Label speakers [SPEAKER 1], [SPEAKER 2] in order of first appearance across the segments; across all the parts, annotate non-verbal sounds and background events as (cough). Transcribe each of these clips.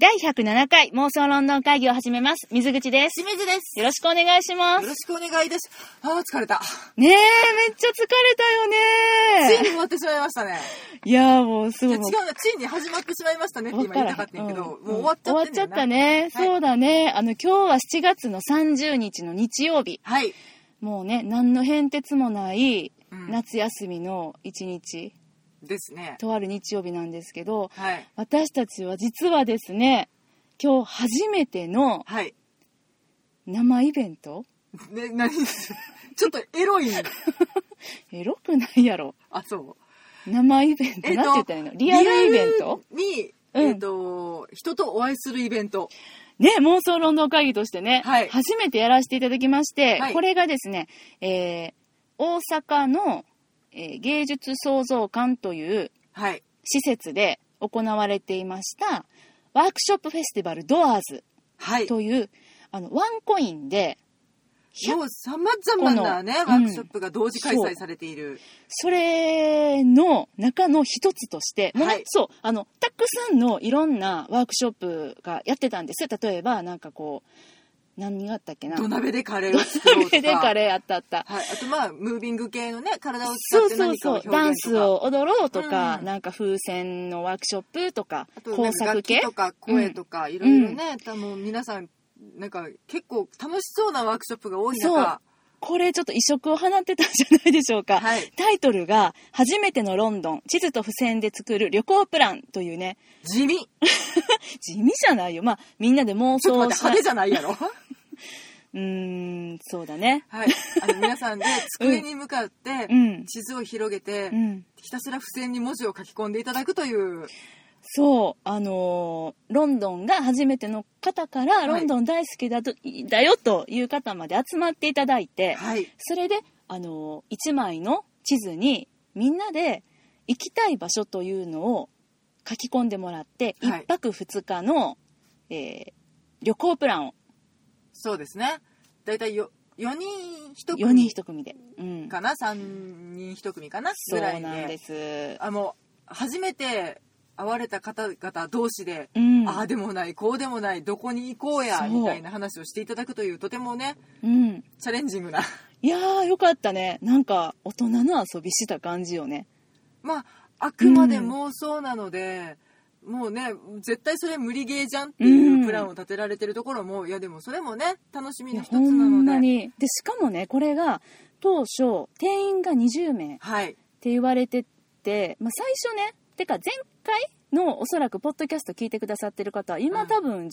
[SPEAKER 1] 第107回妄想ロンドン会議を始めます。水口です。
[SPEAKER 2] 清水です。
[SPEAKER 1] よろしくお願いしま
[SPEAKER 2] よ
[SPEAKER 1] す
[SPEAKER 2] ろ。しくお願いです。ああ、疲れた。
[SPEAKER 1] ねえ、めっちゃ疲れたよ
[SPEAKER 2] つい
[SPEAKER 1] ね
[SPEAKER 2] に終わってしまいましたね。
[SPEAKER 1] いやーもうす
[SPEAKER 2] いや
[SPEAKER 1] ご
[SPEAKER 2] 違。
[SPEAKER 1] いう
[SPEAKER 2] な、ついに始まってしまいましたねって
[SPEAKER 1] 終
[SPEAKER 2] 今
[SPEAKER 1] わっ
[SPEAKER 2] 言い
[SPEAKER 1] た
[SPEAKER 2] たからったんやけど、
[SPEAKER 1] うん
[SPEAKER 2] もう終わっちゃ
[SPEAKER 1] 終わっ
[SPEAKER 2] っ
[SPEAKER 1] て
[SPEAKER 2] ん
[SPEAKER 1] ち
[SPEAKER 2] だ
[SPEAKER 1] ゃ
[SPEAKER 2] よ
[SPEAKER 1] っ
[SPEAKER 2] な
[SPEAKER 1] た。ね。
[SPEAKER 2] はい
[SPEAKER 1] そうだね。あの、今日は7月の30日の日曜日。
[SPEAKER 2] はい。
[SPEAKER 1] もうね、何の変哲もない
[SPEAKER 2] うん
[SPEAKER 1] 夏休みの一日、
[SPEAKER 2] ですね。
[SPEAKER 1] とある日曜日なんですけど、
[SPEAKER 2] はい。
[SPEAKER 1] 私たちは実はですね、今日初めての
[SPEAKER 2] はい。
[SPEAKER 1] 生イベント
[SPEAKER 2] ね、何 (laughs) ちょっとエロい。
[SPEAKER 1] エロくないやろ。
[SPEAKER 2] あ、そう。
[SPEAKER 1] 生イベント、
[SPEAKER 2] えっと
[SPEAKER 1] なんて言ったらいいのリアルイベント
[SPEAKER 2] リアル
[SPEAKER 1] うん
[SPEAKER 2] に、えっ、と、人とお会いするイベント。
[SPEAKER 1] ね、妄想論道会議としてね、
[SPEAKER 2] はい
[SPEAKER 1] 初めてやらせていただきまして、
[SPEAKER 2] はい
[SPEAKER 1] これがですね、えー大阪の、えー芸術創造館という
[SPEAKER 2] はい。
[SPEAKER 1] 施設で行われていました、ワークショップフェスティバルドアーズ
[SPEAKER 2] はい。
[SPEAKER 1] という、あの、ワンコインで、100
[SPEAKER 2] もう様々なね、
[SPEAKER 1] この
[SPEAKER 2] ワークショップが同時開
[SPEAKER 1] うんそう
[SPEAKER 2] 催されている。
[SPEAKER 1] それの中の一つとして、もうね
[SPEAKER 2] はい
[SPEAKER 1] そう、あの、たくさんのいろんなワークショップがやってたんですよ。例えば、なんかこう、何があったっけな。
[SPEAKER 2] 土
[SPEAKER 1] 鍋
[SPEAKER 2] 鍋でカレーを作ろうとか。
[SPEAKER 1] でカレーあったあった。
[SPEAKER 2] はい。あとまあ、ムービング系のね、体を使
[SPEAKER 1] そ
[SPEAKER 2] っ
[SPEAKER 1] う
[SPEAKER 2] て
[SPEAKER 1] そう
[SPEAKER 2] 何か
[SPEAKER 1] そ
[SPEAKER 2] を
[SPEAKER 1] う
[SPEAKER 2] 表現とか。
[SPEAKER 1] ダンスを踊ろうとか、
[SPEAKER 2] うん
[SPEAKER 1] なんか風船のワークショップとか
[SPEAKER 2] あとな
[SPEAKER 1] 工
[SPEAKER 2] んか楽
[SPEAKER 1] 作
[SPEAKER 2] 器
[SPEAKER 1] 系
[SPEAKER 2] とか声とかいろいろね、多分皆さんなんか結構楽しそうなワークショップが多い中
[SPEAKER 1] これちょっと異色を放ってたんじゃないでしょうか、
[SPEAKER 2] はい
[SPEAKER 1] タイトルが「初めてのロンドン地図と付箋で作る旅行プラン」というね
[SPEAKER 2] 地味
[SPEAKER 1] 地味じゃないよまあみんなで妄
[SPEAKER 2] ちょっと
[SPEAKER 1] 想
[SPEAKER 2] 待
[SPEAKER 1] しな
[SPEAKER 2] って派手じゃないやろ
[SPEAKER 1] うーんそうだね
[SPEAKER 2] はいあの皆さんで机に向かって
[SPEAKER 1] うん
[SPEAKER 2] 地図を広げて、
[SPEAKER 1] うん
[SPEAKER 2] ひたすら付箋に文字を書き込んでいただくという
[SPEAKER 1] そうあのーロンドンが初めての方から、
[SPEAKER 2] い
[SPEAKER 1] ロンドン大好きだとだよという方まで集まっていただいて、
[SPEAKER 2] はい
[SPEAKER 1] それで、あのー、1枚の地図にみんなで行きたい場所というのを書き込んでもらって、一
[SPEAKER 2] はい
[SPEAKER 1] 1泊2日の、えー旅行プランを
[SPEAKER 2] そうですねだいたいよ4人1
[SPEAKER 1] 4人
[SPEAKER 2] 組
[SPEAKER 1] 1組で。うん、
[SPEAKER 2] かな3人1組かな
[SPEAKER 1] そ
[SPEAKER 2] ぐ
[SPEAKER 1] う
[SPEAKER 2] らいで
[SPEAKER 1] なんです。
[SPEAKER 2] あもう初めて会われた方々同士で
[SPEAKER 1] うん、
[SPEAKER 2] ああでもないこうでもないどこに行こうや
[SPEAKER 1] そう
[SPEAKER 2] みたいな話をしていただくというとてもね
[SPEAKER 1] うん、
[SPEAKER 2] チャレンジン
[SPEAKER 1] (laughs)
[SPEAKER 2] グな
[SPEAKER 1] いやーよかったねなんか大人の遊びした感じよね
[SPEAKER 2] まああくまで妄想なので、もうね絶対それ無理ゲーじゃんっていうプランを立てられてるところも、いやでもそれもね楽しみ
[SPEAKER 1] いや
[SPEAKER 2] の一つ
[SPEAKER 1] ほ
[SPEAKER 2] なので
[SPEAKER 1] んまにでしかもねこれが当初定員が20名
[SPEAKER 2] はい
[SPEAKER 1] って言われてて、まあ、最初ねてか前回のおそらくポッドキャスト聞いてくださってる方今
[SPEAKER 2] うん
[SPEAKER 1] 多分13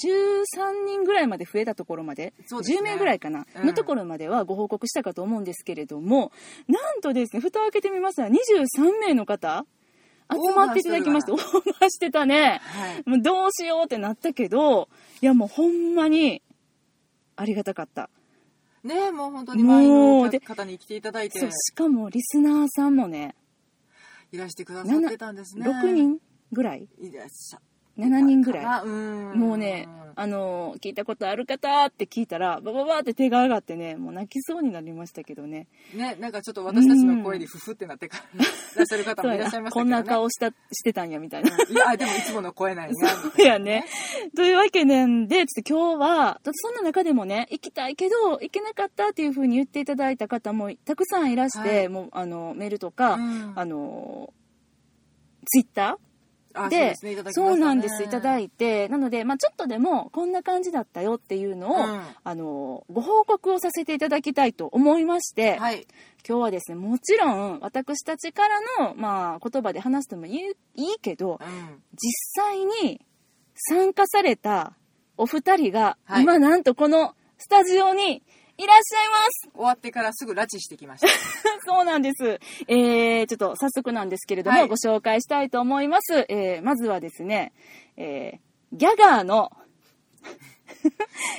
[SPEAKER 1] 人ぐらいまで増えたところまで
[SPEAKER 2] そうですね
[SPEAKER 1] 10名ぐらいかな、
[SPEAKER 2] うん
[SPEAKER 1] のところまではご報告したかと思うんですけれどもなんとですね蓋を開けてみましたら23名の方集まっていただきましてオ
[SPEAKER 2] オ
[SPEAKER 1] ーバーしてたね
[SPEAKER 2] はい
[SPEAKER 1] (laughs) もうどうしようってなったけどいやもうほんまにありがたかった
[SPEAKER 2] ねえもう本当に周り
[SPEAKER 1] もうで
[SPEAKER 2] の方に来ていただいて
[SPEAKER 1] そうしかもリスナーさんもね
[SPEAKER 2] いらしてくださってたんですね
[SPEAKER 1] 6人ぐらい
[SPEAKER 2] いらっしゃっ
[SPEAKER 1] 7人ぐらい
[SPEAKER 2] たかなうん
[SPEAKER 1] もうね、あの聞いたことある方って聞いたら、バババって手が上がってね、もう泣きそうになりましたけどね。
[SPEAKER 2] ねなんかちょっと私たちの声にフフってなってからいらっしゃる方もいらっしゃいました
[SPEAKER 1] こ
[SPEAKER 2] けど、ね、
[SPEAKER 1] んな顔した、してたんや、みたいな。
[SPEAKER 2] いや、でもいつもの
[SPEAKER 1] (laughs)
[SPEAKER 2] 声ないな。
[SPEAKER 1] いやね。というわけなんで、ちょっと今日は、そんな中でもね、行きたいけど、行けなかったっていう風に言っていただいた方もたくさんいらして、
[SPEAKER 2] はい
[SPEAKER 1] もう、あの、メールとか、
[SPEAKER 2] うん
[SPEAKER 1] あの、ツイッター
[SPEAKER 2] あ
[SPEAKER 1] で
[SPEAKER 2] そうですね
[SPEAKER 1] そうなんですいただ
[SPEAKER 2] いて。
[SPEAKER 1] いてなので、まあ、ちょっとでもこんな感じだったよっていうのを、
[SPEAKER 2] うん
[SPEAKER 1] あのご報告をさせていただきたいと思いまして、
[SPEAKER 2] はい。
[SPEAKER 1] 今日はですねもちろん私たちからの、まあ、言葉で話してもいいいいけど
[SPEAKER 2] うん。
[SPEAKER 1] 実際に参加されたお二人が、
[SPEAKER 2] はい
[SPEAKER 1] 今なんとこのスタジオにいらっしゃいます
[SPEAKER 2] 終わってからすぐ拉致してき
[SPEAKER 1] (laughs)
[SPEAKER 2] ました。
[SPEAKER 1] そうなんです。えー、ちょっと早速なんですけれども、
[SPEAKER 2] はい
[SPEAKER 1] ご紹介したいと思います。えー、まずはですね、えー、ギャガーの、 (laughs)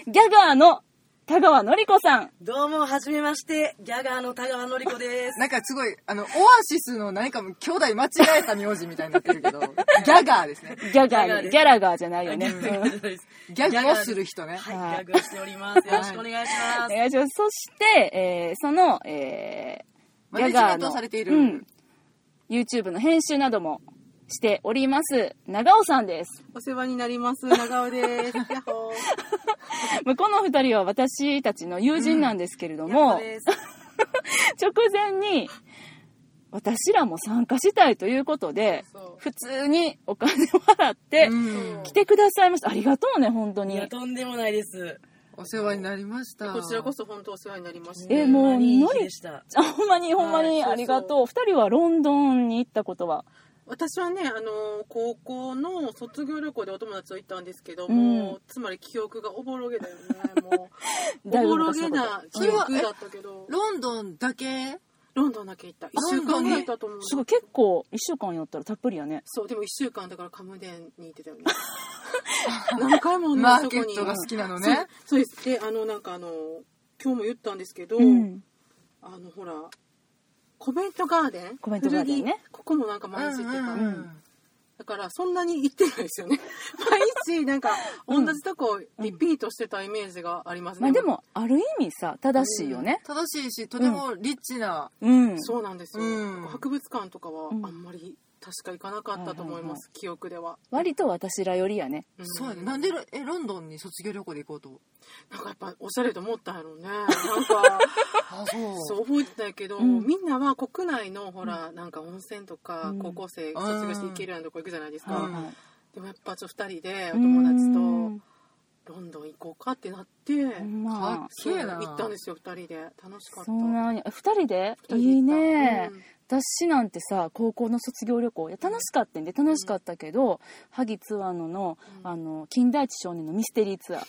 [SPEAKER 1] ギャガーの田川のり子さん。
[SPEAKER 3] どうも、はじめまして、ギャガーの田川のりこです。
[SPEAKER 2] なんかすごい、あの、オアシスの何かも兄弟間違えた名字みたいになってるけど、ギ (laughs) ャガーですね。
[SPEAKER 1] ギャガ
[SPEAKER 3] ギャガ
[SPEAKER 1] ー
[SPEAKER 3] ー
[SPEAKER 1] に、
[SPEAKER 3] です
[SPEAKER 1] ギャラガーじゃないよね。
[SPEAKER 3] ギャ
[SPEAKER 1] う
[SPEAKER 3] ガ
[SPEAKER 1] ん
[SPEAKER 3] ーです
[SPEAKER 2] ギャグをする人ね。
[SPEAKER 3] はい、ギ
[SPEAKER 1] はい
[SPEAKER 3] ャグをしております。よろしくお願いし
[SPEAKER 1] お
[SPEAKER 3] ます。
[SPEAKER 1] 願いします。そして、えー、その、えー、
[SPEAKER 2] マネジメントをされている
[SPEAKER 1] うん、YouTube の編集などもしております、長尾さんです。
[SPEAKER 2] お世話になります。長尾です。ヤッホー。
[SPEAKER 1] まあこの二人は私たちの友人なんですけれども、
[SPEAKER 3] もうです。
[SPEAKER 1] 直前に、私らも参加したいということで
[SPEAKER 3] そ、う
[SPEAKER 1] 普通にお金を払って、
[SPEAKER 2] うん
[SPEAKER 1] 来てくださいました。ありがとうね、本当
[SPEAKER 3] い
[SPEAKER 1] に
[SPEAKER 3] や、。とんでもないです。
[SPEAKER 2] お世話になりました。
[SPEAKER 4] こちらこそ本当お世話になりました。
[SPEAKER 1] えもう
[SPEAKER 3] ほんまにいい
[SPEAKER 1] のり
[SPEAKER 3] 日でした。
[SPEAKER 1] あほんまにほんま
[SPEAKER 4] はい
[SPEAKER 1] に
[SPEAKER 4] そうそう
[SPEAKER 1] ありがとう。二人はロンドンに行ったことは。
[SPEAKER 4] 私はね、あの、高校の卒業旅行でお友達と行ったんですけど
[SPEAKER 1] うん
[SPEAKER 4] も、つまり記憶がおぼろげだよね。もう、
[SPEAKER 1] (laughs)
[SPEAKER 4] お
[SPEAKER 1] だいぶ
[SPEAKER 4] ぼろ
[SPEAKER 1] 昔の
[SPEAKER 4] げ
[SPEAKER 1] こと
[SPEAKER 4] な記憶だったけど、
[SPEAKER 2] ロンドンだけ
[SPEAKER 4] ロンドンだけ行った。1週間ぐらいいたと思う。
[SPEAKER 1] すごい、結構一週間やったらたっぷりやね。
[SPEAKER 4] そう、でも1週間だからカムデンに行ってたよ
[SPEAKER 1] (laughs)
[SPEAKER 4] ね。何回も同
[SPEAKER 2] マ
[SPEAKER 4] じ
[SPEAKER 2] ー
[SPEAKER 4] と
[SPEAKER 2] ケ
[SPEAKER 4] こに
[SPEAKER 2] ッ。トが好きなのね。
[SPEAKER 4] そうです。で、あの、なんかあの、今日も言ったんですけど、
[SPEAKER 1] うん。
[SPEAKER 4] あの、ほら、コベントガーデン
[SPEAKER 1] コベントガーデンね
[SPEAKER 4] 古着ここもなんか毎日行ってた。
[SPEAKER 1] ん
[SPEAKER 4] だからそんなに行ってないですよ
[SPEAKER 1] (laughs)
[SPEAKER 4] ね毎日なんか同じとこリピートしてたイメージがあります
[SPEAKER 1] ま
[SPEAKER 4] ね、
[SPEAKER 1] あでも、ある意味さ、正しいよね。
[SPEAKER 2] 正しいし、とてもリッチな。
[SPEAKER 1] うん。
[SPEAKER 4] そうなんですよ、
[SPEAKER 2] うん
[SPEAKER 4] 博物館とかはあ
[SPEAKER 1] うん
[SPEAKER 4] んまり確か行かなかったと思います、記憶では、
[SPEAKER 1] 割と私らよりやね。
[SPEAKER 4] ん
[SPEAKER 2] そうやね。なんでロ、え、ロンドンに卒業旅行で行こうと。
[SPEAKER 4] なんかやっぱおしゃれと思ったんや
[SPEAKER 1] (laughs)
[SPEAKER 4] ろうねなんか
[SPEAKER 2] あ、そう。
[SPEAKER 4] そう覚えてないけど、
[SPEAKER 1] うん
[SPEAKER 4] みんなは国内のほらなんか温泉とか
[SPEAKER 1] うん
[SPEAKER 4] 高校生卒業して行けるようなとこ行くじゃないですか、
[SPEAKER 1] はいはい
[SPEAKER 4] でもやっぱちょっと2人でお友達
[SPEAKER 1] うん
[SPEAKER 4] とロンドン行こうかってなって、
[SPEAKER 1] まあ
[SPEAKER 2] あ。そうやな
[SPEAKER 4] 行ったんですよ2人で楽しかった
[SPEAKER 1] そんなに、え二人で
[SPEAKER 4] 二人で行った
[SPEAKER 1] いいね
[SPEAKER 4] う。ん
[SPEAKER 1] 私なんてさ高校の卒業旅行いや楽しかったんで楽しかったけど、萩ツアーノの
[SPEAKER 4] うん
[SPEAKER 1] あの金田一少年のミステリーツアー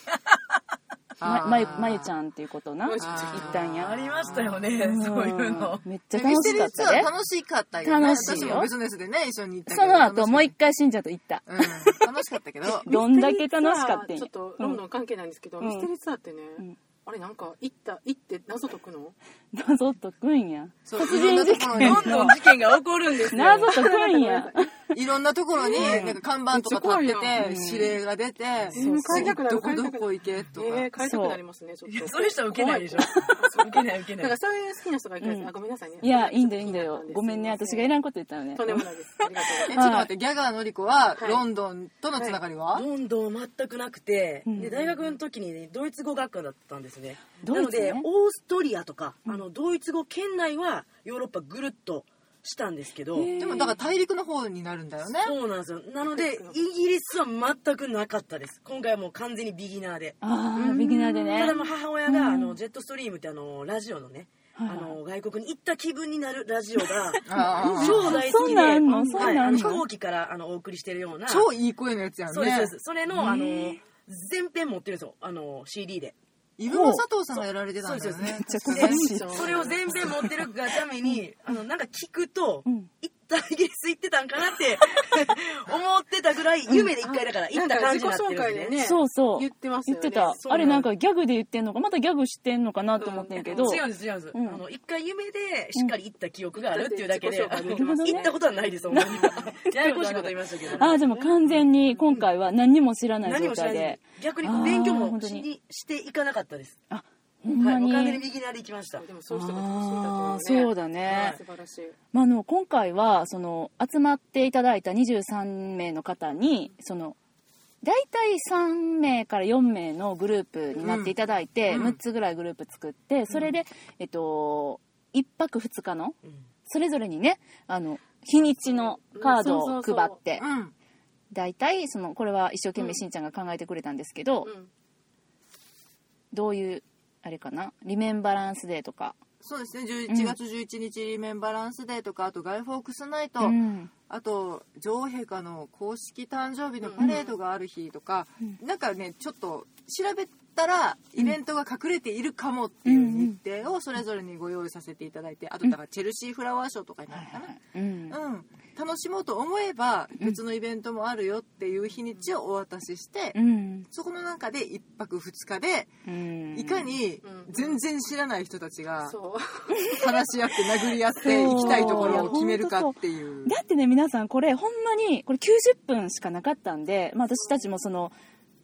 [SPEAKER 1] ま
[SPEAKER 2] あー
[SPEAKER 1] まゆまゆちゃんっていうことな
[SPEAKER 4] ま
[SPEAKER 1] 行
[SPEAKER 4] ゆ
[SPEAKER 1] っ
[SPEAKER 4] ちゃん
[SPEAKER 1] たんや
[SPEAKER 3] ありましたよね、そういうの。
[SPEAKER 1] うんめっちゃ
[SPEAKER 2] で
[SPEAKER 1] 楽
[SPEAKER 2] ミス
[SPEAKER 1] し
[SPEAKER 2] テリ
[SPEAKER 1] か
[SPEAKER 2] ー
[SPEAKER 1] っ
[SPEAKER 2] ツア
[SPEAKER 1] たで
[SPEAKER 2] ー楽しかったよね。
[SPEAKER 1] 楽しいよ
[SPEAKER 2] 私もビジネスでね、一緒に行ったけ
[SPEAKER 1] そ
[SPEAKER 2] ど。
[SPEAKER 1] の後もう一
[SPEAKER 2] 回。
[SPEAKER 1] 回信者と行った
[SPEAKER 2] うん。楽しかったけ
[SPEAKER 1] (laughs)
[SPEAKER 2] ど。
[SPEAKER 1] どんだけ楽しかったん
[SPEAKER 4] ミステリーツアー
[SPEAKER 1] や
[SPEAKER 4] ちょっとロンドン関係ないんですけど、
[SPEAKER 1] うん
[SPEAKER 4] ミステリーツアーってね、
[SPEAKER 1] うん
[SPEAKER 4] あれなんか行った行って謎解くの
[SPEAKER 1] 謎解くんや
[SPEAKER 2] そう
[SPEAKER 1] 殺人事件
[SPEAKER 2] いろんなとこ
[SPEAKER 3] どんどん事件が起こるんですよ。
[SPEAKER 1] 謎解くんや
[SPEAKER 2] ろにいろんなところに、なんか看板とか立って
[SPEAKER 1] う
[SPEAKER 2] て、
[SPEAKER 1] ん
[SPEAKER 2] 指令が出て、
[SPEAKER 4] そう帰りたくなる
[SPEAKER 2] どこ
[SPEAKER 4] 帰り
[SPEAKER 2] ど
[SPEAKER 4] たくな
[SPEAKER 2] こ行けとか。
[SPEAKER 4] えー、帰りたくなりますねちょっ
[SPEAKER 3] いや
[SPEAKER 4] と
[SPEAKER 3] そういう人は受けないでしょ。受けない受けな
[SPEAKER 4] だか
[SPEAKER 3] い
[SPEAKER 4] ら。そういう好きな人がいるんです、
[SPEAKER 1] うん
[SPEAKER 4] あごめんなさいね
[SPEAKER 1] いやいいんだよいいんだ
[SPEAKER 4] ちょっ
[SPEAKER 1] よ
[SPEAKER 4] と気になったです
[SPEAKER 1] ごめんね私がいらんこと言ったのね
[SPEAKER 4] とんでもないですありが
[SPEAKER 2] えち
[SPEAKER 4] とう
[SPEAKER 2] ょっと待って、ギャガーのりこは、
[SPEAKER 4] はい
[SPEAKER 2] ロンドンとのつながりは、
[SPEAKER 3] ロンドン全くなくて、
[SPEAKER 1] うん
[SPEAKER 3] で大学の時にね、ドイツ語学科だったんですね
[SPEAKER 1] ド
[SPEAKER 3] な
[SPEAKER 1] イ
[SPEAKER 3] の
[SPEAKER 1] ツね
[SPEAKER 3] でオーストリアとか、あのドイツ語圏内はヨーロッパぐるっとしたんですけど、
[SPEAKER 1] へえ
[SPEAKER 2] でもだから大陸の方になるんだよね。
[SPEAKER 3] そうなんですよなのでイギリスは全くなかったです今回はもう完全にビギナーで、
[SPEAKER 1] ああビギナーでね
[SPEAKER 3] ただもう母親が、あのジェットストリームってあのラジオのね、
[SPEAKER 1] はいはい
[SPEAKER 3] あの外国に行った気分になるラジオ
[SPEAKER 1] (laughs)
[SPEAKER 3] が
[SPEAKER 2] あー
[SPEAKER 3] 超大好き
[SPEAKER 1] そん
[SPEAKER 3] で
[SPEAKER 1] なんあんの
[SPEAKER 3] はい
[SPEAKER 1] そんなんあんの
[SPEAKER 3] あの飛行機からあのお送りしてるような
[SPEAKER 2] 超いい声のやつやんね。
[SPEAKER 3] そうですそうですそれのあの
[SPEAKER 1] へ
[SPEAKER 3] 全編持ってるんですよあの CD で
[SPEAKER 2] イブも佐藤さんがやられてたんだよね。
[SPEAKER 1] そうです
[SPEAKER 3] で
[SPEAKER 1] マジ
[SPEAKER 3] それを全編持ってるがためにあのなんか聞くと、
[SPEAKER 1] うん
[SPEAKER 3] 行ったイギリス行ってたんかなって
[SPEAKER 1] (laughs)
[SPEAKER 3] 思ってたぐらい夢で一回だから行った感じになってるん
[SPEAKER 4] なんか
[SPEAKER 3] で
[SPEAKER 4] 自己紹
[SPEAKER 3] ね
[SPEAKER 4] 介でね
[SPEAKER 1] そう (laughs) そう
[SPEAKER 4] 言ってます
[SPEAKER 1] 言
[SPEAKER 4] よ
[SPEAKER 1] っ
[SPEAKER 4] ね
[SPEAKER 1] てた
[SPEAKER 3] そうな
[SPEAKER 1] あ
[SPEAKER 3] ん
[SPEAKER 1] れなんかギャグで言ってんのかまたギャグしてんのかなと思ってんけど
[SPEAKER 3] 違うんです違うんです、
[SPEAKER 1] うん
[SPEAKER 3] あの一回夢でしっかり行った記憶があるっていうだけで、
[SPEAKER 4] うん
[SPEAKER 3] あの
[SPEAKER 4] な
[SPEAKER 1] るほどね
[SPEAKER 3] 行ったことはないですほんま
[SPEAKER 1] (laughs)
[SPEAKER 3] にややこしいこと言いましたけど
[SPEAKER 1] ああ、でも完全に今回は何にも知らない
[SPEAKER 3] 何
[SPEAKER 1] 状
[SPEAKER 3] もしな
[SPEAKER 1] 態
[SPEAKER 3] いで
[SPEAKER 1] で。
[SPEAKER 3] 逆に
[SPEAKER 1] あー
[SPEAKER 3] 勉強
[SPEAKER 1] 本
[SPEAKER 3] も
[SPEAKER 1] 当
[SPEAKER 3] し
[SPEAKER 1] に
[SPEAKER 3] にしていかなかったです
[SPEAKER 1] あ、ほんま
[SPEAKER 3] はい、もう
[SPEAKER 1] に。
[SPEAKER 3] 完全に右なり行きました
[SPEAKER 4] でもそういう人が楽しいんだと
[SPEAKER 1] あ
[SPEAKER 4] 思
[SPEAKER 1] あ、
[SPEAKER 4] う
[SPEAKER 1] そう
[SPEAKER 4] だ
[SPEAKER 1] だ
[SPEAKER 3] は
[SPEAKER 1] ね
[SPEAKER 3] い。
[SPEAKER 4] 素晴らしい
[SPEAKER 1] まあ、あの、今回は、その、集まっていただいた23名の方に、その、大体3名から4名のグループになっていただいて、
[SPEAKER 2] うんうん
[SPEAKER 1] 6つぐらいグループ作って、それで、えっと、1泊2日の、
[SPEAKER 3] うん
[SPEAKER 1] それぞれにね、あの、日にちのカードを配って、
[SPEAKER 2] うん。
[SPEAKER 1] 大体、その、これは一生懸命しんちゃんが考えてくれたんですけど、
[SPEAKER 4] うん
[SPEAKER 1] どういうあれかなリメンバランスデーとか、
[SPEAKER 2] そうですね。11月11日、リメンバランスデーとか、あとガイフォークスナイト、
[SPEAKER 1] うん
[SPEAKER 2] あと女王陛下の公式誕生日のパレードがある日とか、なんかね、ちょっと調べたらイベントが隠れているかもっていう日程をそれぞれにご用意させていただいて、あとだからチェルシーフラワーショーとかになるかな。
[SPEAKER 1] うん
[SPEAKER 2] うん、楽しもうと思えば別のイベントもあるよっていう日にちをお渡しして、
[SPEAKER 1] うん
[SPEAKER 2] そこの中で1泊2日で
[SPEAKER 1] うん
[SPEAKER 2] いかに
[SPEAKER 4] うん
[SPEAKER 2] 全然知らない人たちが
[SPEAKER 4] そう
[SPEAKER 2] 話し合って殴り合って行きたいところを決めるかっていう。
[SPEAKER 1] だってね皆さんこれほんまにこれ90分しかなかったんで、まあ、私たちもその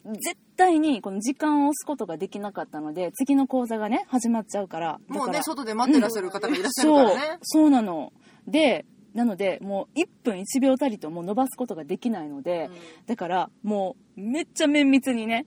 [SPEAKER 1] 絶対にこの時間を押すことができなかったので次の講座がね始まっちゃうからだから
[SPEAKER 2] もうね、外で待ってらっしゃる方がいらっしゃるから
[SPEAKER 1] そう
[SPEAKER 2] ね。
[SPEAKER 1] そうなのでなのでもう1分1秒たりとも伸ばすことができないので、だからもうめっちゃ綿密にね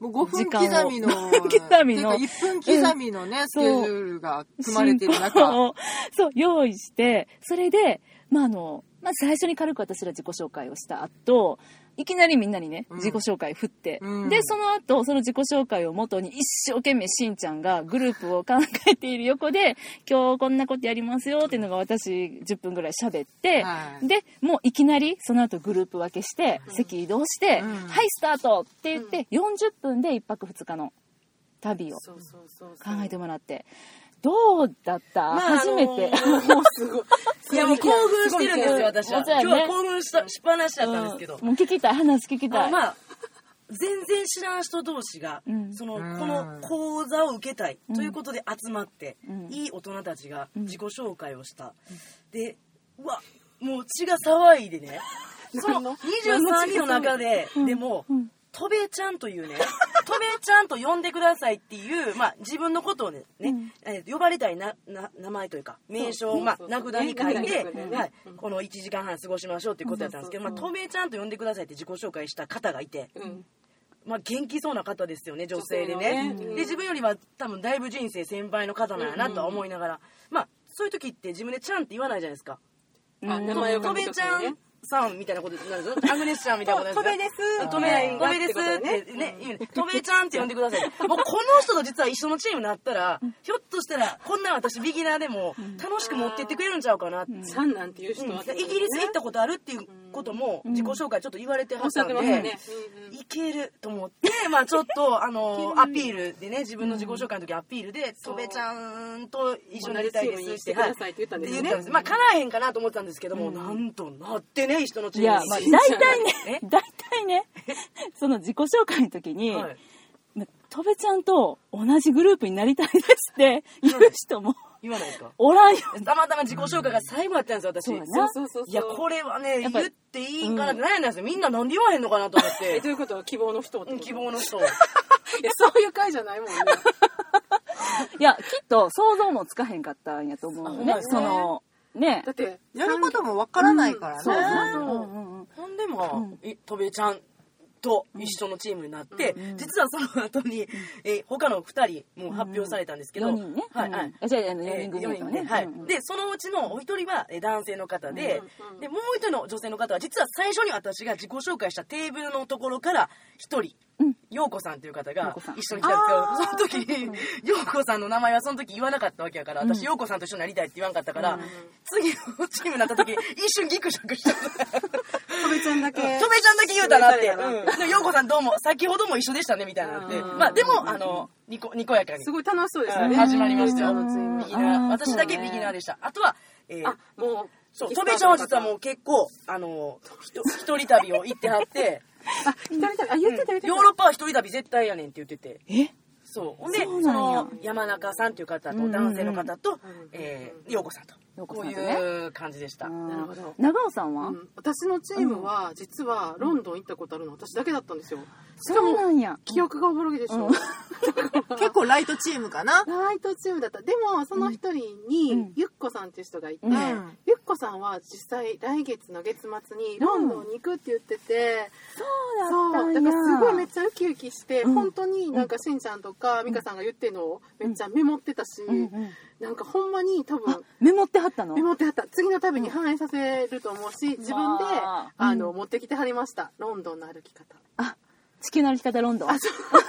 [SPEAKER 2] もう5分刻みの
[SPEAKER 1] 時間を刻みの
[SPEAKER 2] 1分刻みのね、スケジュールが組まれてる
[SPEAKER 1] 進
[SPEAKER 2] 中
[SPEAKER 1] 行をそう用意してそれで、まああのまあ、最初に軽く私ら自己紹介をした後いきなりみんなにね
[SPEAKER 2] うん
[SPEAKER 1] 自己紹介振って、
[SPEAKER 2] うん
[SPEAKER 1] でその後その自己紹介を元に一生懸命しんちゃんがグループを考えている横で今日こんなことやりますよっていうのが私10分ぐらい喋って、
[SPEAKER 2] はい
[SPEAKER 1] でもういきなりその後グループ分けして、席移動して、
[SPEAKER 2] うん
[SPEAKER 1] はいスタートって言って、40分で1泊2日の旅を
[SPEAKER 4] そうそうそう
[SPEAKER 1] 考
[SPEAKER 4] そう
[SPEAKER 1] えてもらってどうだった、初めて、
[SPEAKER 3] あのー
[SPEAKER 4] もう
[SPEAKER 1] (laughs)
[SPEAKER 4] すごい
[SPEAKER 3] いやもう興奮してるんですよ、私は。
[SPEAKER 1] すごい
[SPEAKER 3] 今
[SPEAKER 1] ね
[SPEAKER 3] 日は興奮したしっぱなしだったんですけど
[SPEAKER 1] うん。もう聞きたい話聞きた
[SPEAKER 3] あ
[SPEAKER 1] い、
[SPEAKER 3] まあ、全然知らん人同士が、
[SPEAKER 1] うん
[SPEAKER 3] その、
[SPEAKER 2] うん
[SPEAKER 3] この講座を受けたいということで集まって、
[SPEAKER 1] うん
[SPEAKER 3] いい大人たちが
[SPEAKER 1] ん
[SPEAKER 3] 自己紹介をした。で、うわ、もう血が騒いでね、そ
[SPEAKER 4] 何
[SPEAKER 3] の
[SPEAKER 4] の
[SPEAKER 3] 23人の中で、でも、とべちゃんというね、 (laughs) とべちゃんと呼んでくださいっていう、まあ自分のことをね、ねえー呼ばれたいなな名前というか、名称を、まあ
[SPEAKER 4] そうそ
[SPEAKER 3] 名
[SPEAKER 4] うそう
[SPEAKER 3] 札に書いて
[SPEAKER 4] 名札に書いてね、
[SPEAKER 3] はい、この1時間半過ごしましょうっていうことだったんですけど、まあ、透明ちゃんと呼んでくださいって自己紹介した方がいて、
[SPEAKER 4] うん
[SPEAKER 3] まあ、元気そうな方ですよね、女性でね
[SPEAKER 4] 女性。のねうん
[SPEAKER 3] で、自分よりは多分だいぶ人生先輩の方なんやなとは思いながら、まあ、そういう時って自分でちゃんって言わないじゃないですか。
[SPEAKER 4] あ名前を
[SPEAKER 3] と
[SPEAKER 4] 書
[SPEAKER 3] べ
[SPEAKER 4] く
[SPEAKER 3] ち
[SPEAKER 4] とき
[SPEAKER 3] ゃ
[SPEAKER 4] に
[SPEAKER 3] ん
[SPEAKER 4] ね
[SPEAKER 3] さんみたいなことになるんです (laughs) よ。アグネスちゃんみたいなことになるんですよ。
[SPEAKER 4] と
[SPEAKER 3] と
[SPEAKER 4] べ
[SPEAKER 3] べ
[SPEAKER 4] です
[SPEAKER 3] とべですってね、言うね。とべちゃんって呼んでください。 (laughs) もうこの人と実は一緒のチームになったら、ひょっとしたら、こんなん私ビギナーでも楽しく持ってってくれるんちゃうかなって。
[SPEAKER 4] ちゃんなんていう人
[SPEAKER 3] うん
[SPEAKER 4] は、
[SPEAKER 3] イギリス行ったことあるっていうことも自己紹介ちょっと言われてはったんで、
[SPEAKER 4] おっしゃってましたねうんうん
[SPEAKER 3] いけると思って、 (laughs) まあ、ちょっと、あのアピールでね自分の自己紹介の時アピールで「
[SPEAKER 4] そ
[SPEAKER 3] と
[SPEAKER 4] う
[SPEAKER 3] べちゃんと一緒になりたいです」
[SPEAKER 4] 同じチームに
[SPEAKER 3] し
[SPEAKER 4] してて
[SPEAKER 3] は
[SPEAKER 4] く
[SPEAKER 3] い
[SPEAKER 4] ださいって言ったんですよね
[SPEAKER 3] って言ったんまあかなえへんかなと思ってたんですけども、なんとなってね一緒のチー
[SPEAKER 1] い
[SPEAKER 3] ムに
[SPEAKER 1] や、まあ、大体ね、大体
[SPEAKER 3] (laughs)
[SPEAKER 1] ね、その自己紹介の時に、
[SPEAKER 3] はい
[SPEAKER 1] まあとべちゃんと同じグループになりたいですって言う人も
[SPEAKER 3] 言わないですか
[SPEAKER 1] おらんよ。
[SPEAKER 3] たまたま自己紹介が最後やったんですよ私
[SPEAKER 1] そうやな
[SPEAKER 4] そうそうそうそう
[SPEAKER 3] いやこれはね
[SPEAKER 1] や
[SPEAKER 3] 言
[SPEAKER 1] っぱ
[SPEAKER 3] っ
[SPEAKER 1] り
[SPEAKER 3] ていいんかなって悩んだんですよ、みんななんで言わへんのかなと思って
[SPEAKER 4] えどう (laughs) いうこと希望の人をって
[SPEAKER 3] う
[SPEAKER 4] こ
[SPEAKER 3] ん
[SPEAKER 4] と
[SPEAKER 3] 希望の人
[SPEAKER 4] いやそういう会じゃないもんね
[SPEAKER 1] いや、きっと想像もつかへんかったんやと思うよね
[SPEAKER 3] あほんま。です
[SPEAKER 1] そ
[SPEAKER 3] ね
[SPEAKER 1] の、ね
[SPEAKER 4] だ。って
[SPEAKER 2] やることもわからないからね。
[SPEAKER 1] そうそう
[SPEAKER 3] そう
[SPEAKER 1] そう。うんうん
[SPEAKER 3] ほんでも、いとべちゃんと一緒のチームになって、実はその後に、えー他の2人もう発表されたんですけど、
[SPEAKER 1] 4人ね。
[SPEAKER 3] はい、
[SPEAKER 1] うん
[SPEAKER 3] はい
[SPEAKER 1] あじゃあ、あの4
[SPEAKER 3] えー
[SPEAKER 1] 人組やった
[SPEAKER 3] 四
[SPEAKER 1] の
[SPEAKER 3] 人
[SPEAKER 1] ね。
[SPEAKER 3] ではい
[SPEAKER 1] うんうん
[SPEAKER 3] でそのうちのお一人はえー男性の方で,、でもう一人の女性の方は実は最初に私が自己紹介したテーブルのところから一人。陽子さんという方
[SPEAKER 1] 陽
[SPEAKER 3] が
[SPEAKER 1] 子さん
[SPEAKER 3] 一緒に来たんですけどその時に陽子さんの名前はその時言わなかったわけやから私陽子さんと一緒になりたいって言わんかったから次のチームになった時一瞬ギクシャクしちゃった。
[SPEAKER 4] とべちゃんだけ
[SPEAKER 3] とめちゃんだけ言うたなって。
[SPEAKER 4] 言うたな
[SPEAKER 3] うん。で、ようこさんどうも、先ほども一緒でしたね、みたいなって。
[SPEAKER 4] うん
[SPEAKER 3] まあ、でも、あの、にこ、にこやかに
[SPEAKER 4] す。ごい楽しそうでした
[SPEAKER 3] うん
[SPEAKER 4] ね
[SPEAKER 3] 始まりましたよ。
[SPEAKER 4] とべちゃんの
[SPEAKER 3] ビ
[SPEAKER 4] チ
[SPEAKER 3] ギ
[SPEAKER 4] ーム
[SPEAKER 3] ナー。
[SPEAKER 1] あー
[SPEAKER 3] 私だけ
[SPEAKER 1] そうね
[SPEAKER 3] ビギナーでした。あとは、えー
[SPEAKER 4] あもう
[SPEAKER 3] そう、とめちゃんは実はも
[SPEAKER 4] う
[SPEAKER 3] う結構、あの、ひと一人旅を行ってはって、
[SPEAKER 1] (laughs)
[SPEAKER 4] あ一人旅あ言ってた言ってた
[SPEAKER 3] ヨーロッパは一人旅絶対やねんって言ってて。
[SPEAKER 1] え
[SPEAKER 3] そう。ほんで、そ
[SPEAKER 1] そうなんや
[SPEAKER 3] の、山中さんという方
[SPEAKER 1] うんう
[SPEAKER 3] と、
[SPEAKER 1] ん
[SPEAKER 3] 男性の方と、えー、ようこさんと。
[SPEAKER 1] 陽子
[SPEAKER 3] こ
[SPEAKER 1] さ
[SPEAKER 3] うん
[SPEAKER 1] とね。
[SPEAKER 3] いう感じでした。
[SPEAKER 1] うん
[SPEAKER 4] なるほど
[SPEAKER 1] 長尾さんは
[SPEAKER 4] うん私のチームは実はロンドン行ったことあるの私だけだったんですよしか
[SPEAKER 1] そうな
[SPEAKER 4] も
[SPEAKER 1] んや。
[SPEAKER 4] 記憶がおぼろげでしょ、
[SPEAKER 1] うん
[SPEAKER 2] 結構ライトチームかな。
[SPEAKER 4] ライトチームだったでもその一人に、
[SPEAKER 1] うん
[SPEAKER 4] ゆっこさんっていう人がいて、
[SPEAKER 1] うん
[SPEAKER 4] ゆっこさんは実際来月の月末にロンドンに行くって言ってて、
[SPEAKER 1] そ
[SPEAKER 4] そう
[SPEAKER 1] う
[SPEAKER 4] だ
[SPEAKER 1] だったんや
[SPEAKER 4] からすごいめっちゃウキウキして、
[SPEAKER 1] うん
[SPEAKER 4] 本当になんかしんちゃんとか美香さんが言ってるのをめっちゃメモってたし、
[SPEAKER 1] うんうん
[SPEAKER 4] なんかほんまに多
[SPEAKER 1] あ
[SPEAKER 4] 分、
[SPEAKER 1] メモってはったの
[SPEAKER 4] メモってはった次の旅に反映させると思うし自分で、
[SPEAKER 1] わあ
[SPEAKER 4] あの
[SPEAKER 1] う
[SPEAKER 4] 持ってきてはりましたロンドンの歩き方
[SPEAKER 1] あ、地球の歩き方ロンドン。 (laughs)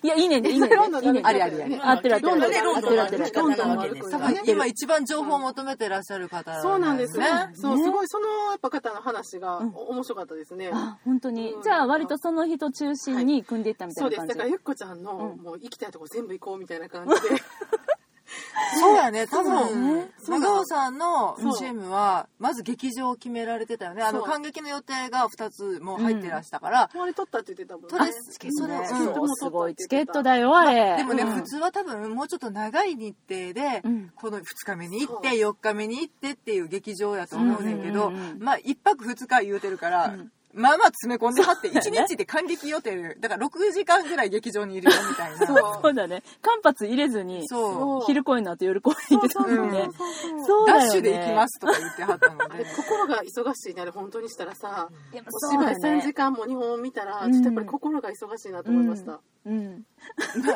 [SPEAKER 1] いや、いいねんで、いいねんで。
[SPEAKER 4] ロンドンの
[SPEAKER 1] いいねんで
[SPEAKER 4] ありありあり
[SPEAKER 1] 合ってる合ってる。
[SPEAKER 3] ロンドンね
[SPEAKER 1] 合
[SPEAKER 3] ロン
[SPEAKER 1] っ
[SPEAKER 3] ド
[SPEAKER 1] て
[SPEAKER 3] ン
[SPEAKER 1] る
[SPEAKER 3] の
[SPEAKER 1] 合ってる
[SPEAKER 3] 歩き方なわけです
[SPEAKER 2] 多
[SPEAKER 3] よ
[SPEAKER 2] 分ね今一番情報を求めてらっしゃる方
[SPEAKER 4] そうなんですよ、
[SPEAKER 2] ね。
[SPEAKER 4] そう
[SPEAKER 1] ね
[SPEAKER 4] すごいそのやっぱ方の話が
[SPEAKER 1] うん
[SPEAKER 4] お面白かったですね、
[SPEAKER 1] あ、本当に
[SPEAKER 4] う。ん
[SPEAKER 1] じゃあ、割とその人中心に組んでいったみた
[SPEAKER 4] そ
[SPEAKER 1] いうな感
[SPEAKER 4] ですだ
[SPEAKER 1] じ。
[SPEAKER 4] からゆっこちゃんの、もう行きたいとこ全部行こうみたいな感
[SPEAKER 1] (laughs)
[SPEAKER 4] じで
[SPEAKER 2] そうやね。多
[SPEAKER 1] そうだ
[SPEAKER 2] 分
[SPEAKER 1] ね、
[SPEAKER 2] 長尾さんの
[SPEAKER 4] そう
[SPEAKER 2] チームは、まず劇場を決められてたよね。あの、
[SPEAKER 4] そう
[SPEAKER 2] 感激の予定が2つもう入ってらしたから、
[SPEAKER 4] もうあれ取ったって言ってたもんね
[SPEAKER 2] 取れ
[SPEAKER 1] チケットね。
[SPEAKER 2] それうん
[SPEAKER 1] そう、すごいチケットだよ、あれ。
[SPEAKER 2] でもね、
[SPEAKER 1] うん
[SPEAKER 2] 普通は多分もうちょっと長い日程で、
[SPEAKER 1] うん
[SPEAKER 2] この2日目に行って
[SPEAKER 4] そ
[SPEAKER 2] 4日目に行ってっていう劇場やと思うねんけど、
[SPEAKER 1] うんうんうんうん
[SPEAKER 2] まあ1泊2日言うてるから、まあまあ詰め込んではって、1日で感激予定だから6時間ぐらい劇場にいるよみたいな。
[SPEAKER 4] そう
[SPEAKER 1] そうだね。間髪入れずに、
[SPEAKER 2] そう
[SPEAKER 1] 昼公演の後夜公演でたもんね。そうだ
[SPEAKER 2] ダ
[SPEAKER 1] よね。
[SPEAKER 2] ッシュで行きますとか言ってはったので
[SPEAKER 4] で。心が忙しいなる本当にしたらさ、
[SPEAKER 1] でも
[SPEAKER 4] お
[SPEAKER 1] そう
[SPEAKER 4] 芝
[SPEAKER 1] だ
[SPEAKER 4] 居
[SPEAKER 1] ね
[SPEAKER 4] 3時間も日本を見たら、
[SPEAKER 1] うん
[SPEAKER 4] ちょっとやっぱり心が忙しいなと思いました、
[SPEAKER 1] うん。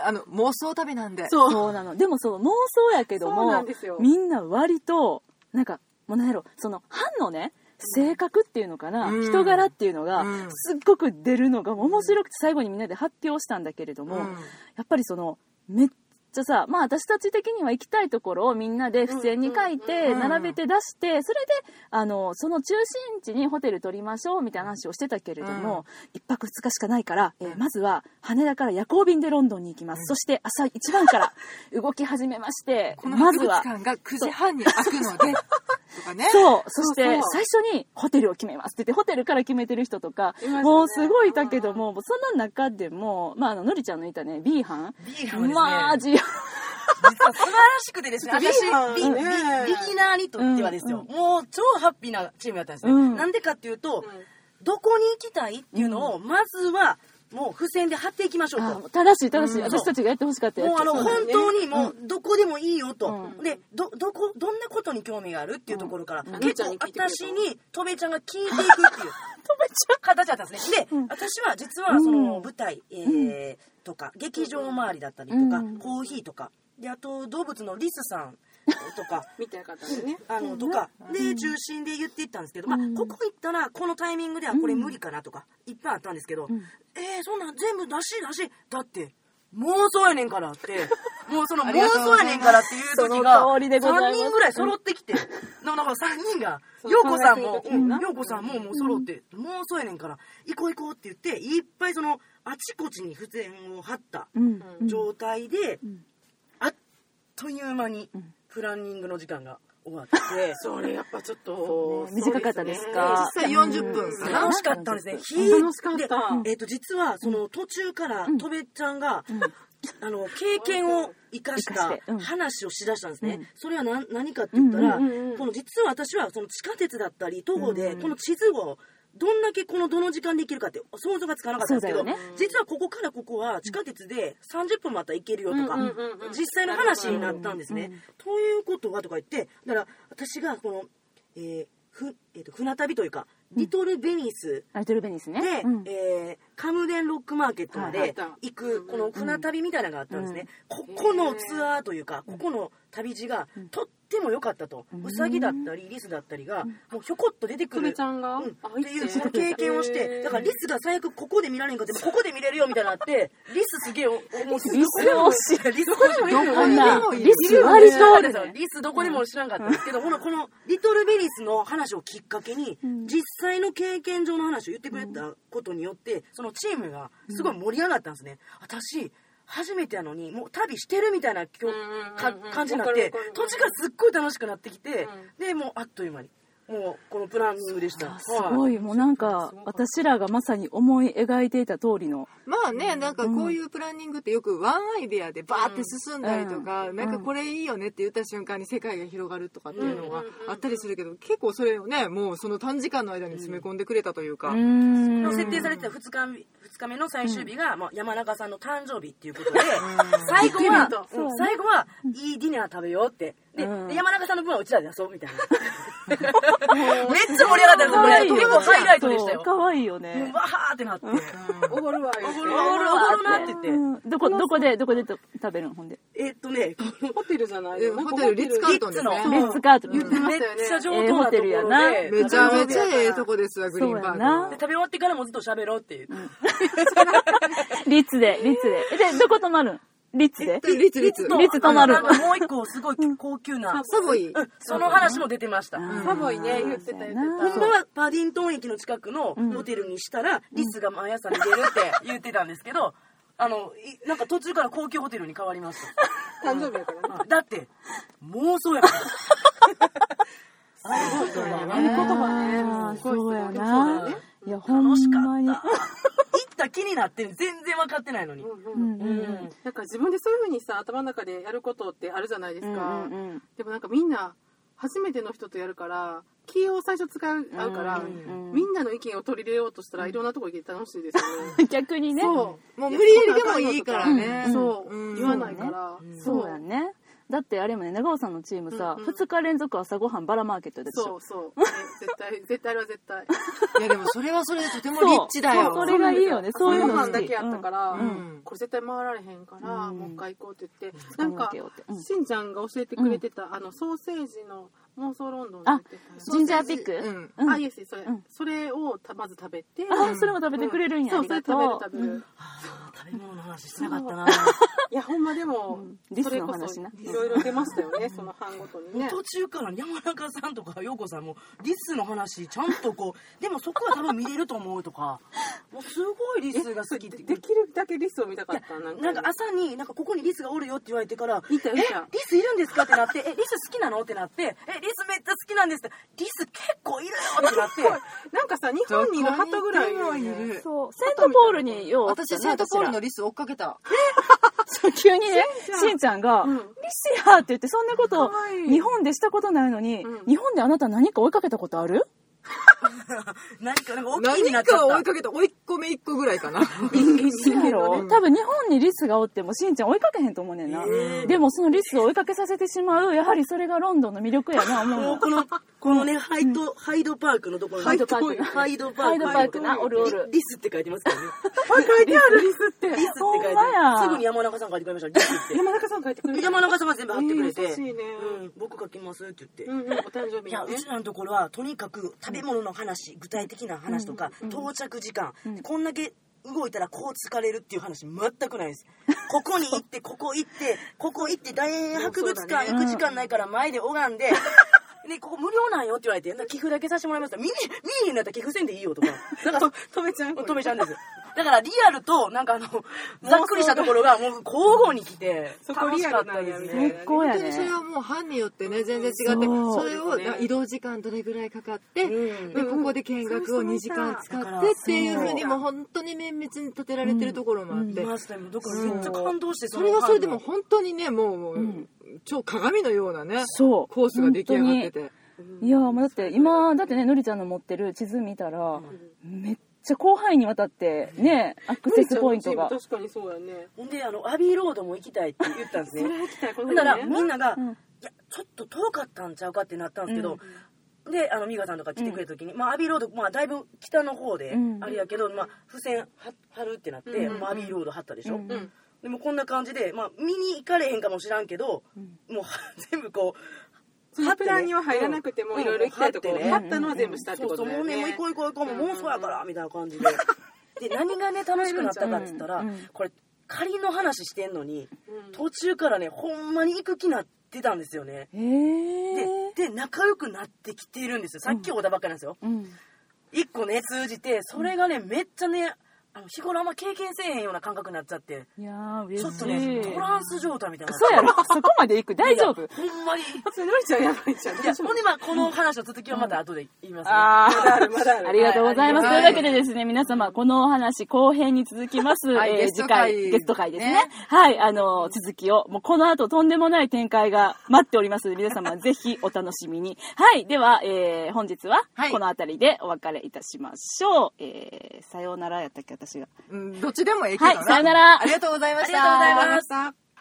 [SPEAKER 2] あの、妄想旅なんで。
[SPEAKER 4] そう
[SPEAKER 1] そうなの。でもそう、妄想やけど
[SPEAKER 4] そう
[SPEAKER 1] も
[SPEAKER 4] なんですよ、
[SPEAKER 1] みんな割と、なんか、もうなんやろ、その、班のね、性格っていうのかな、
[SPEAKER 2] うん
[SPEAKER 1] 人柄っていうのが、
[SPEAKER 2] うん
[SPEAKER 1] すっごく出るのが面白くて最後にみんなで発表したんだけれども、
[SPEAKER 2] うん
[SPEAKER 1] やっぱりその、めっちゃさ、まあ私たち的には行きたいところをみんなで付箋に書い
[SPEAKER 4] うん
[SPEAKER 2] うん
[SPEAKER 1] て、
[SPEAKER 2] うん
[SPEAKER 1] 並べて出して、それで、あの、その中心地にホテル取りましょうみたいな話をしてたけれども、一泊二日しかないから、えー
[SPEAKER 2] うん
[SPEAKER 1] まずは羽田から夜行便でロンドンに行きます。そして朝一番から動き始めまして、
[SPEAKER 2] この
[SPEAKER 1] まず
[SPEAKER 2] 博物
[SPEAKER 1] は、
[SPEAKER 2] 館が9時半に開くので、とかね。
[SPEAKER 1] そう、そして
[SPEAKER 4] そうそう
[SPEAKER 1] 最初にホテルを決めますって言って、ホテルから決めてる人とか
[SPEAKER 4] いました、ね
[SPEAKER 1] もうすごいだけども、もうその中でも、まああの、のりちゃんのいたね、B 班。
[SPEAKER 3] B 班はですね
[SPEAKER 1] マジ
[SPEAKER 3] 実は素晴らしくてですね、
[SPEAKER 4] ちょっと
[SPEAKER 3] 私、
[SPEAKER 4] ビーハン
[SPEAKER 3] ビビビギ
[SPEAKER 4] ね
[SPEAKER 3] ナーにとってはですよ、もう超ハッピーなチームだったんですね。
[SPEAKER 1] うん
[SPEAKER 3] なんでかっていうと、
[SPEAKER 4] ん
[SPEAKER 3] どこに行きたいっていうのを、まずは、もう付箋で貼っていきましょう
[SPEAKER 1] あ
[SPEAKER 3] と。
[SPEAKER 1] (laughs) 正しい正しい、
[SPEAKER 3] うん
[SPEAKER 1] 私たちがやってほしかったやつ
[SPEAKER 3] もうあの、
[SPEAKER 4] そうだ
[SPEAKER 3] 本
[SPEAKER 4] ね
[SPEAKER 3] 当にもう、どこでもいいよと、
[SPEAKER 1] う
[SPEAKER 3] で、ど、どこ、どんなことに興味があるっていうところから、
[SPEAKER 4] ん
[SPEAKER 3] 結構
[SPEAKER 4] あのちゃんに聞いてくれた
[SPEAKER 3] 私に、とべちゃんが聞いてい
[SPEAKER 4] (laughs)
[SPEAKER 3] くっていう。とべちゃん形だったんですね。で、私は実は、その、
[SPEAKER 1] うん
[SPEAKER 3] 舞台、えーとか、劇場周りだったりとか、
[SPEAKER 1] うん
[SPEAKER 3] コーヒーとか、で、あと、動物のリスさんと
[SPEAKER 4] (laughs)
[SPEAKER 3] か、
[SPEAKER 4] 見てなかったんでね
[SPEAKER 3] あのとかで中心で言っていったんですけど、まあ、ここ行ったらこのタイミングではこれ無理かなとかいっぱいあったんですけど、えー、そんなん全部出し出しだって妄想やねんからって
[SPEAKER 1] (laughs)
[SPEAKER 3] もうその妄想やねんからっていう時が
[SPEAKER 1] その通りでございます
[SPEAKER 3] 3人ぐらい揃ってきて、なんか3人が
[SPEAKER 1] (laughs)
[SPEAKER 4] そう
[SPEAKER 3] 陽子さんも
[SPEAKER 4] 考えてる時
[SPEAKER 3] う
[SPEAKER 4] に
[SPEAKER 3] ん
[SPEAKER 4] な
[SPEAKER 3] 陽子さんももう揃って妄想やねんから行こう行こうって言っていっぱいそのあちこちに付箋を貼った
[SPEAKER 1] うんうん
[SPEAKER 3] 状態で、あっという間にプランニングの時間が終わって。
[SPEAKER 1] (laughs)
[SPEAKER 4] それやっぱちょっと、
[SPEAKER 1] ね短かったですか
[SPEAKER 2] 実際40分かな。
[SPEAKER 3] 楽しかったんですね。
[SPEAKER 4] 楽しかった
[SPEAKER 3] でえっ、と、実は、その途中から、とべちゃんが、あの、経験を生かし
[SPEAKER 1] 生か
[SPEAKER 3] た
[SPEAKER 1] してうん
[SPEAKER 3] 話をしだしたんですね。
[SPEAKER 1] うん
[SPEAKER 3] それは何何かって言ったら、
[SPEAKER 4] うんうんうん
[SPEAKER 3] この実は私は、その地下鉄だったり、徒歩で、この地図を、どんだけこのどの時間で行けるかって想像がつかなかったんですけ
[SPEAKER 1] そ
[SPEAKER 3] ど、
[SPEAKER 1] うだよ
[SPEAKER 3] 実はここからここは地下鉄で30分もあったら行けるよとか、
[SPEAKER 4] うんうんうんうん
[SPEAKER 3] 実際の話になったんですね。ということはとか言ってだから私がこの、えーふえーと船旅というか、リトルベニス
[SPEAKER 1] アイドルベニスね
[SPEAKER 3] で、
[SPEAKER 1] うん
[SPEAKER 3] えーカムデンロックマーケットま
[SPEAKER 4] はい
[SPEAKER 3] で行くこの船旅みたいなのがあったんですね、
[SPEAKER 4] ん
[SPEAKER 3] ここのツアーというかここの旅路がとっても良かったと、ウサギだったりリスだったりがもうひょこっと出てく
[SPEAKER 4] と
[SPEAKER 3] る
[SPEAKER 4] めちゃんが、
[SPEAKER 3] うん、
[SPEAKER 4] あ
[SPEAKER 3] っていう
[SPEAKER 4] 行
[SPEAKER 3] その経験をし
[SPEAKER 4] へ
[SPEAKER 3] て
[SPEAKER 4] ー
[SPEAKER 3] だからリスが最悪ここで見られんかってここで見れるよみたいになってリスすげえ面白い
[SPEAKER 1] リス面白
[SPEAKER 3] リス面白い
[SPEAKER 1] どこな
[SPEAKER 2] どこにでもいる
[SPEAKER 1] リス割
[SPEAKER 3] そう
[SPEAKER 1] と
[SPEAKER 3] ですよリスどこでも知らんかったんですけど、ほなこのリトルベリスの話をきっかけに、実際の経験上の話を言ってくれたことによってそのチームがすごい盛り上がったんですね、私初めてやのにもう旅してるみたいなきょ
[SPEAKER 4] んうんうん
[SPEAKER 3] か感じになって
[SPEAKER 4] わかるわかる
[SPEAKER 3] 土地がすっごい楽しくなってきて、でもうあっという間にもうこのプランニングでした
[SPEAKER 1] すごいもうなんか私らがまさに思い描いていた通りの
[SPEAKER 2] まあね、なんかこういうプランニングってよくワンアイデアでバーって進んだりとか、
[SPEAKER 1] うん
[SPEAKER 2] なんかこれいいよねって言った瞬間に世界が広がるとかっていうのがあったりするけど、結構それをね、もうその短時間の間に詰め込んでくれたというか、
[SPEAKER 1] ん
[SPEAKER 3] の設定されてた2日目二日目の最終日が、まあ、山中さんの誕生日っていうことで、 (laughs) 最後
[SPEAKER 4] イベ
[SPEAKER 3] は
[SPEAKER 4] ント、
[SPEAKER 3] うん最後は、いいディナー食べようって。で、
[SPEAKER 1] うん
[SPEAKER 3] で山中さんの分はうちらで出そうみたい (laughs) な。めっちゃ盛り上がったんですよ、これ。結構ハイライトでしたよ。
[SPEAKER 1] 可愛いよ
[SPEAKER 3] もう
[SPEAKER 1] ね
[SPEAKER 3] わーってなって。
[SPEAKER 4] おごるわ言うて
[SPEAKER 3] おごるわおごるわおごるなって言って。
[SPEAKER 1] うんどこどこでどこでと食べるのほんで
[SPEAKER 3] えっとね、
[SPEAKER 4] ホテルじゃない
[SPEAKER 2] え
[SPEAKER 4] の
[SPEAKER 2] ホテルリッツカートンです
[SPEAKER 3] リッ
[SPEAKER 2] ね
[SPEAKER 3] ツ。の
[SPEAKER 1] レッツカート
[SPEAKER 4] 言ってま
[SPEAKER 3] め
[SPEAKER 4] し
[SPEAKER 3] った
[SPEAKER 4] よね
[SPEAKER 3] ちゃ上等なとこ
[SPEAKER 1] ええホ
[SPEAKER 3] ろ
[SPEAKER 1] テ
[SPEAKER 3] で。
[SPEAKER 1] ル
[SPEAKER 2] めちゃめちゃええとこですわ、グリーン
[SPEAKER 1] そ
[SPEAKER 2] バ
[SPEAKER 1] うやな
[SPEAKER 2] ー
[SPEAKER 3] で食べ終わってからもずっと喋ろうっていう。
[SPEAKER 1] リッツでリッツでえでどこ泊まるんリッツで
[SPEAKER 2] グ。リッツリッツ。
[SPEAKER 1] リッツ泊まる
[SPEAKER 3] あのあのもう一個すごい高級な、
[SPEAKER 2] サ
[SPEAKER 3] (laughs)
[SPEAKER 2] ボイ。
[SPEAKER 3] その話も出てました。
[SPEAKER 4] サボイね言ってた言って
[SPEAKER 1] そうや
[SPEAKER 3] 本
[SPEAKER 1] な
[SPEAKER 3] 当はパディントン駅の近くのホテルにしたら、リスが毎朝逃げるって言ってたんですけど、あの、いなんか途中から高級ホテルに変わりました。
[SPEAKER 4] た誕生日やからね
[SPEAKER 3] だって、妄想やから。
[SPEAKER 4] 合言葉
[SPEAKER 1] あ
[SPEAKER 4] ね
[SPEAKER 1] ー
[SPEAKER 4] すごい
[SPEAKER 1] そうや
[SPEAKER 4] すごいそうだ
[SPEAKER 1] な
[SPEAKER 4] ね
[SPEAKER 1] いやほん
[SPEAKER 3] 楽しか
[SPEAKER 1] ま
[SPEAKER 3] っ
[SPEAKER 1] に
[SPEAKER 3] た。行った気になって全然分かってないのに。
[SPEAKER 1] うんうん
[SPEAKER 3] うん
[SPEAKER 4] なんか自分でそういうふうにさ頭の中でやることってあるじゃないですか、
[SPEAKER 1] うん
[SPEAKER 4] (laughs)
[SPEAKER 1] うんうん
[SPEAKER 4] でもなんかみんな初めての人とやるから気を最初使う合うから、
[SPEAKER 1] うんうん
[SPEAKER 4] みんなの意見を取り入れようとしたらいろんなとこ行けて楽しいですよね。
[SPEAKER 1] 逆に (laughs) ね。
[SPEAKER 4] そう
[SPEAKER 2] もう無理やりでもいいからね
[SPEAKER 4] うんそう、
[SPEAKER 2] うん
[SPEAKER 4] 言わないから、
[SPEAKER 3] うん
[SPEAKER 1] そうやね。だってあれもね、長尾さんのチームさ、
[SPEAKER 4] うんうん
[SPEAKER 1] 2日連続朝ごはんバラマーケットでし
[SPEAKER 4] そ
[SPEAKER 1] ょ。
[SPEAKER 4] う
[SPEAKER 1] (laughs)
[SPEAKER 4] そう、ね絶対絶対あれは絶対
[SPEAKER 2] いやでもそれはそれでとてもリッチだよ
[SPEAKER 1] そうそれがいいよねそういうの
[SPEAKER 4] ご
[SPEAKER 1] 好き
[SPEAKER 4] 飯だけやったから、
[SPEAKER 2] うんうん
[SPEAKER 4] これ絶対回られへんから、
[SPEAKER 1] うん
[SPEAKER 4] もう一回行こうって言って、
[SPEAKER 1] う
[SPEAKER 4] なんんか
[SPEAKER 1] 頑張ろうってうん
[SPEAKER 4] しんちゃんが教えてくれてた、あのソーセージの妄想ロンドンで売ってたやつ
[SPEAKER 1] ジンジャーピック
[SPEAKER 2] うん
[SPEAKER 1] うん
[SPEAKER 4] あイエスそれ、
[SPEAKER 1] うん
[SPEAKER 4] それをたまず食べて
[SPEAKER 1] あ、それも食べてくれるんや。
[SPEAKER 4] そ
[SPEAKER 1] あ
[SPEAKER 4] う
[SPEAKER 1] り
[SPEAKER 4] それ
[SPEAKER 1] がと
[SPEAKER 4] 食べる食べる、
[SPEAKER 3] あー食べ物の話してなかっ
[SPEAKER 1] (laughs)
[SPEAKER 3] たな
[SPEAKER 4] いやほんまでも、
[SPEAKER 1] リス
[SPEAKER 4] それ
[SPEAKER 1] の
[SPEAKER 4] こ
[SPEAKER 1] 話
[SPEAKER 4] そ
[SPEAKER 1] ない
[SPEAKER 4] ろいろ出ましたよねその班ごとにね
[SPEAKER 3] 途中から山中さんとか陽子さんもリスの話ちゃんとこうでもそこは多分見れると思うと (laughs) かもうすごいリスが好きって
[SPEAKER 4] できるだけリスを見たかったなんか
[SPEAKER 3] なんか朝になんかここにリスがおるよって言われてから
[SPEAKER 4] 見た
[SPEAKER 3] え
[SPEAKER 4] 見た
[SPEAKER 3] リスいるんですかってなってえリス好きなのってなってえリスめっちゃ好きなんですってリス結構いるよって (laughs) なって
[SPEAKER 4] なんかさ日本にいる鳩ぐらい
[SPEAKER 2] どこに
[SPEAKER 4] よ
[SPEAKER 2] でもい
[SPEAKER 4] ね
[SPEAKER 2] る
[SPEAKER 1] そう。セントポールにようおった
[SPEAKER 2] 私
[SPEAKER 1] な、
[SPEAKER 2] セントポール
[SPEAKER 1] 私
[SPEAKER 2] の
[SPEAKER 1] ら
[SPEAKER 2] リス追っかけた
[SPEAKER 1] そう急にね、しんちゃんが、
[SPEAKER 4] うん
[SPEAKER 1] リシアって言って、そんなこと
[SPEAKER 4] かわい、い
[SPEAKER 1] 日本でしたことないのに
[SPEAKER 4] う、ん
[SPEAKER 1] 日本であなた何か追いかけたことある
[SPEAKER 3] 何かなんか大きいに
[SPEAKER 2] 何
[SPEAKER 3] なっちゃ
[SPEAKER 2] か
[SPEAKER 3] っ
[SPEAKER 2] 追
[SPEAKER 3] た
[SPEAKER 2] いかけた追い込め1個ぐらいかな
[SPEAKER 1] そうやろ多分日本にリスがおってもしんちゃん追いかけへんと思うねんな。でもそのリスを追いかけさせてしまう、やはりそれがロンドンの魅力やな、思うの。
[SPEAKER 3] もうこのこのねハイドハイドパークのところ
[SPEAKER 1] ハイドパークな
[SPEAKER 3] ハイドパーク
[SPEAKER 1] ハイドパークな、おるおる。
[SPEAKER 3] リリスって書いてますからね
[SPEAKER 4] 書いてあるリスって
[SPEAKER 3] リスって書いて
[SPEAKER 1] ほんまや
[SPEAKER 3] すぐに山中さん書いてくれましたリスって
[SPEAKER 4] 山中さん書いてくれた
[SPEAKER 3] 山中さんが全部貼ってくれて、
[SPEAKER 4] えー優しいね
[SPEAKER 3] うん、僕書きますって言って、
[SPEAKER 4] うんうんお誕生
[SPEAKER 3] い
[SPEAKER 4] 日
[SPEAKER 3] や
[SPEAKER 4] の
[SPEAKER 3] う
[SPEAKER 4] ね
[SPEAKER 3] ちらのところはとにかく食べ物の話、具体的な話とか、到着時間、こんだけ動いたらこう疲れるっていう話全くない
[SPEAKER 4] (laughs)
[SPEAKER 3] ですここに行ってここ行ってここ行って大英博物館行く時間ないから前で拝ん
[SPEAKER 4] (laughs)
[SPEAKER 3] で、ね、ここ無料なんよって言われて、寄付だけさせてもらいます見に、見にへんなったら寄付せんでいいよとか。だから、
[SPEAKER 4] 止めちゃん
[SPEAKER 3] 止めちゃうんです。だからリアルと、なんかあの、ざっくりしたところがもう交互に来て、
[SPEAKER 4] そこリアルなんやみたいな
[SPEAKER 1] 最高や
[SPEAKER 2] 本当にそ
[SPEAKER 1] ね
[SPEAKER 2] れ。はもう班によってね全然違ってそ
[SPEAKER 1] そう
[SPEAKER 2] れをな移動時間どれぐらいかかって、
[SPEAKER 3] うん
[SPEAKER 2] でここで見学を2時間使ってっていうふうにもう本当に綿密に立てられてるところもあって、
[SPEAKER 3] いましたよだからめっちゃ感動して、
[SPEAKER 2] それはそれで
[SPEAKER 3] の
[SPEAKER 2] も本当にねもうもう、超鏡のようなね
[SPEAKER 1] そう
[SPEAKER 2] コースが出来上がってて
[SPEAKER 1] いやもうだって今だってねのりちゃんの持ってる地図見たら、めっちゃ広範囲にわたってねアクセスポイントが
[SPEAKER 4] 確かにそうやね
[SPEAKER 3] ほんであのアビーロードも行きたいって言ったんです
[SPEAKER 4] (laughs) それ
[SPEAKER 3] ね
[SPEAKER 4] 行きたい
[SPEAKER 3] ほ
[SPEAKER 4] この
[SPEAKER 3] ん
[SPEAKER 4] 日
[SPEAKER 3] なら
[SPEAKER 4] ね
[SPEAKER 3] みんなが、
[SPEAKER 1] ん
[SPEAKER 3] いやちょっと遠かったんちゃうかってなったんですけど、であの美香さんとか来てくれた時に、まあ、アビーロード、まあ、だいぶ北の方で
[SPEAKER 1] うん
[SPEAKER 3] あれやけど、まあ、付箋は貼るってなって、
[SPEAKER 4] うんうんうん
[SPEAKER 3] まあ、アビーロード貼ったでしょ、
[SPEAKER 1] うん
[SPEAKER 4] うん
[SPEAKER 3] でもこんな感じで、まあ、見に行かれへんかもしらんけど、もう (laughs) 全部こう
[SPEAKER 4] そのプランには入らなくてもいろいろ行きたいとこ
[SPEAKER 3] うん
[SPEAKER 4] ろ
[SPEAKER 3] うん貼ってね
[SPEAKER 4] 貼ったのは全部したって
[SPEAKER 3] そう
[SPEAKER 4] こ
[SPEAKER 3] そ
[SPEAKER 4] と
[SPEAKER 3] うも
[SPEAKER 4] だよ
[SPEAKER 3] うね
[SPEAKER 4] ね
[SPEAKER 3] もう一個一個一個もう妄想やからみたいな感じでで何がね楽しくなったかって言ったら、
[SPEAKER 1] うんうん
[SPEAKER 3] これ仮の話してんのに、
[SPEAKER 4] うん
[SPEAKER 3] 途中からねほんまに行く気になってたんですよね
[SPEAKER 1] へえ
[SPEAKER 3] でで仲良くなってきているんですよさっきおだばっかりなんですよ、
[SPEAKER 1] うん
[SPEAKER 3] 一個ね通じてそれがねめっちゃねあの日頃あんま経験せえへんような感覚になっちゃって
[SPEAKER 1] いやー
[SPEAKER 3] ち
[SPEAKER 1] 嬉
[SPEAKER 3] ょっ
[SPEAKER 1] し
[SPEAKER 3] と
[SPEAKER 1] い
[SPEAKER 3] ねトランス状態みたいな
[SPEAKER 1] そうやろそこまで行く大丈夫
[SPEAKER 3] ほんまにい
[SPEAKER 4] それのりちゃんやばいじゃん
[SPEAKER 3] やほんでまあこの話の続きはまた後で言いますね、
[SPEAKER 1] あ
[SPEAKER 4] まだあるまだあ
[SPEAKER 1] ー
[SPEAKER 4] る
[SPEAKER 1] ありがとうございます。と
[SPEAKER 2] はい
[SPEAKER 1] いうわけでですね、皆様、このお話、後編に続きます。
[SPEAKER 2] はい
[SPEAKER 1] えー
[SPEAKER 2] ゲス
[SPEAKER 1] 次
[SPEAKER 2] ト会
[SPEAKER 1] 回、ゲスト会ですね。
[SPEAKER 2] ね
[SPEAKER 1] はい、あのー、続きを、もうこの後、とんでもない展開が待っておりますので、皆様、ぜひお楽しみに。はい、では、えー本日は
[SPEAKER 2] は、い
[SPEAKER 1] この辺りでお別れいたしましょう。えーさようならやったっけ、私が。
[SPEAKER 2] うんどっちでもええけどな、
[SPEAKER 1] はいさよなら
[SPEAKER 2] ありがとうございました
[SPEAKER 1] ありがとうございま
[SPEAKER 2] した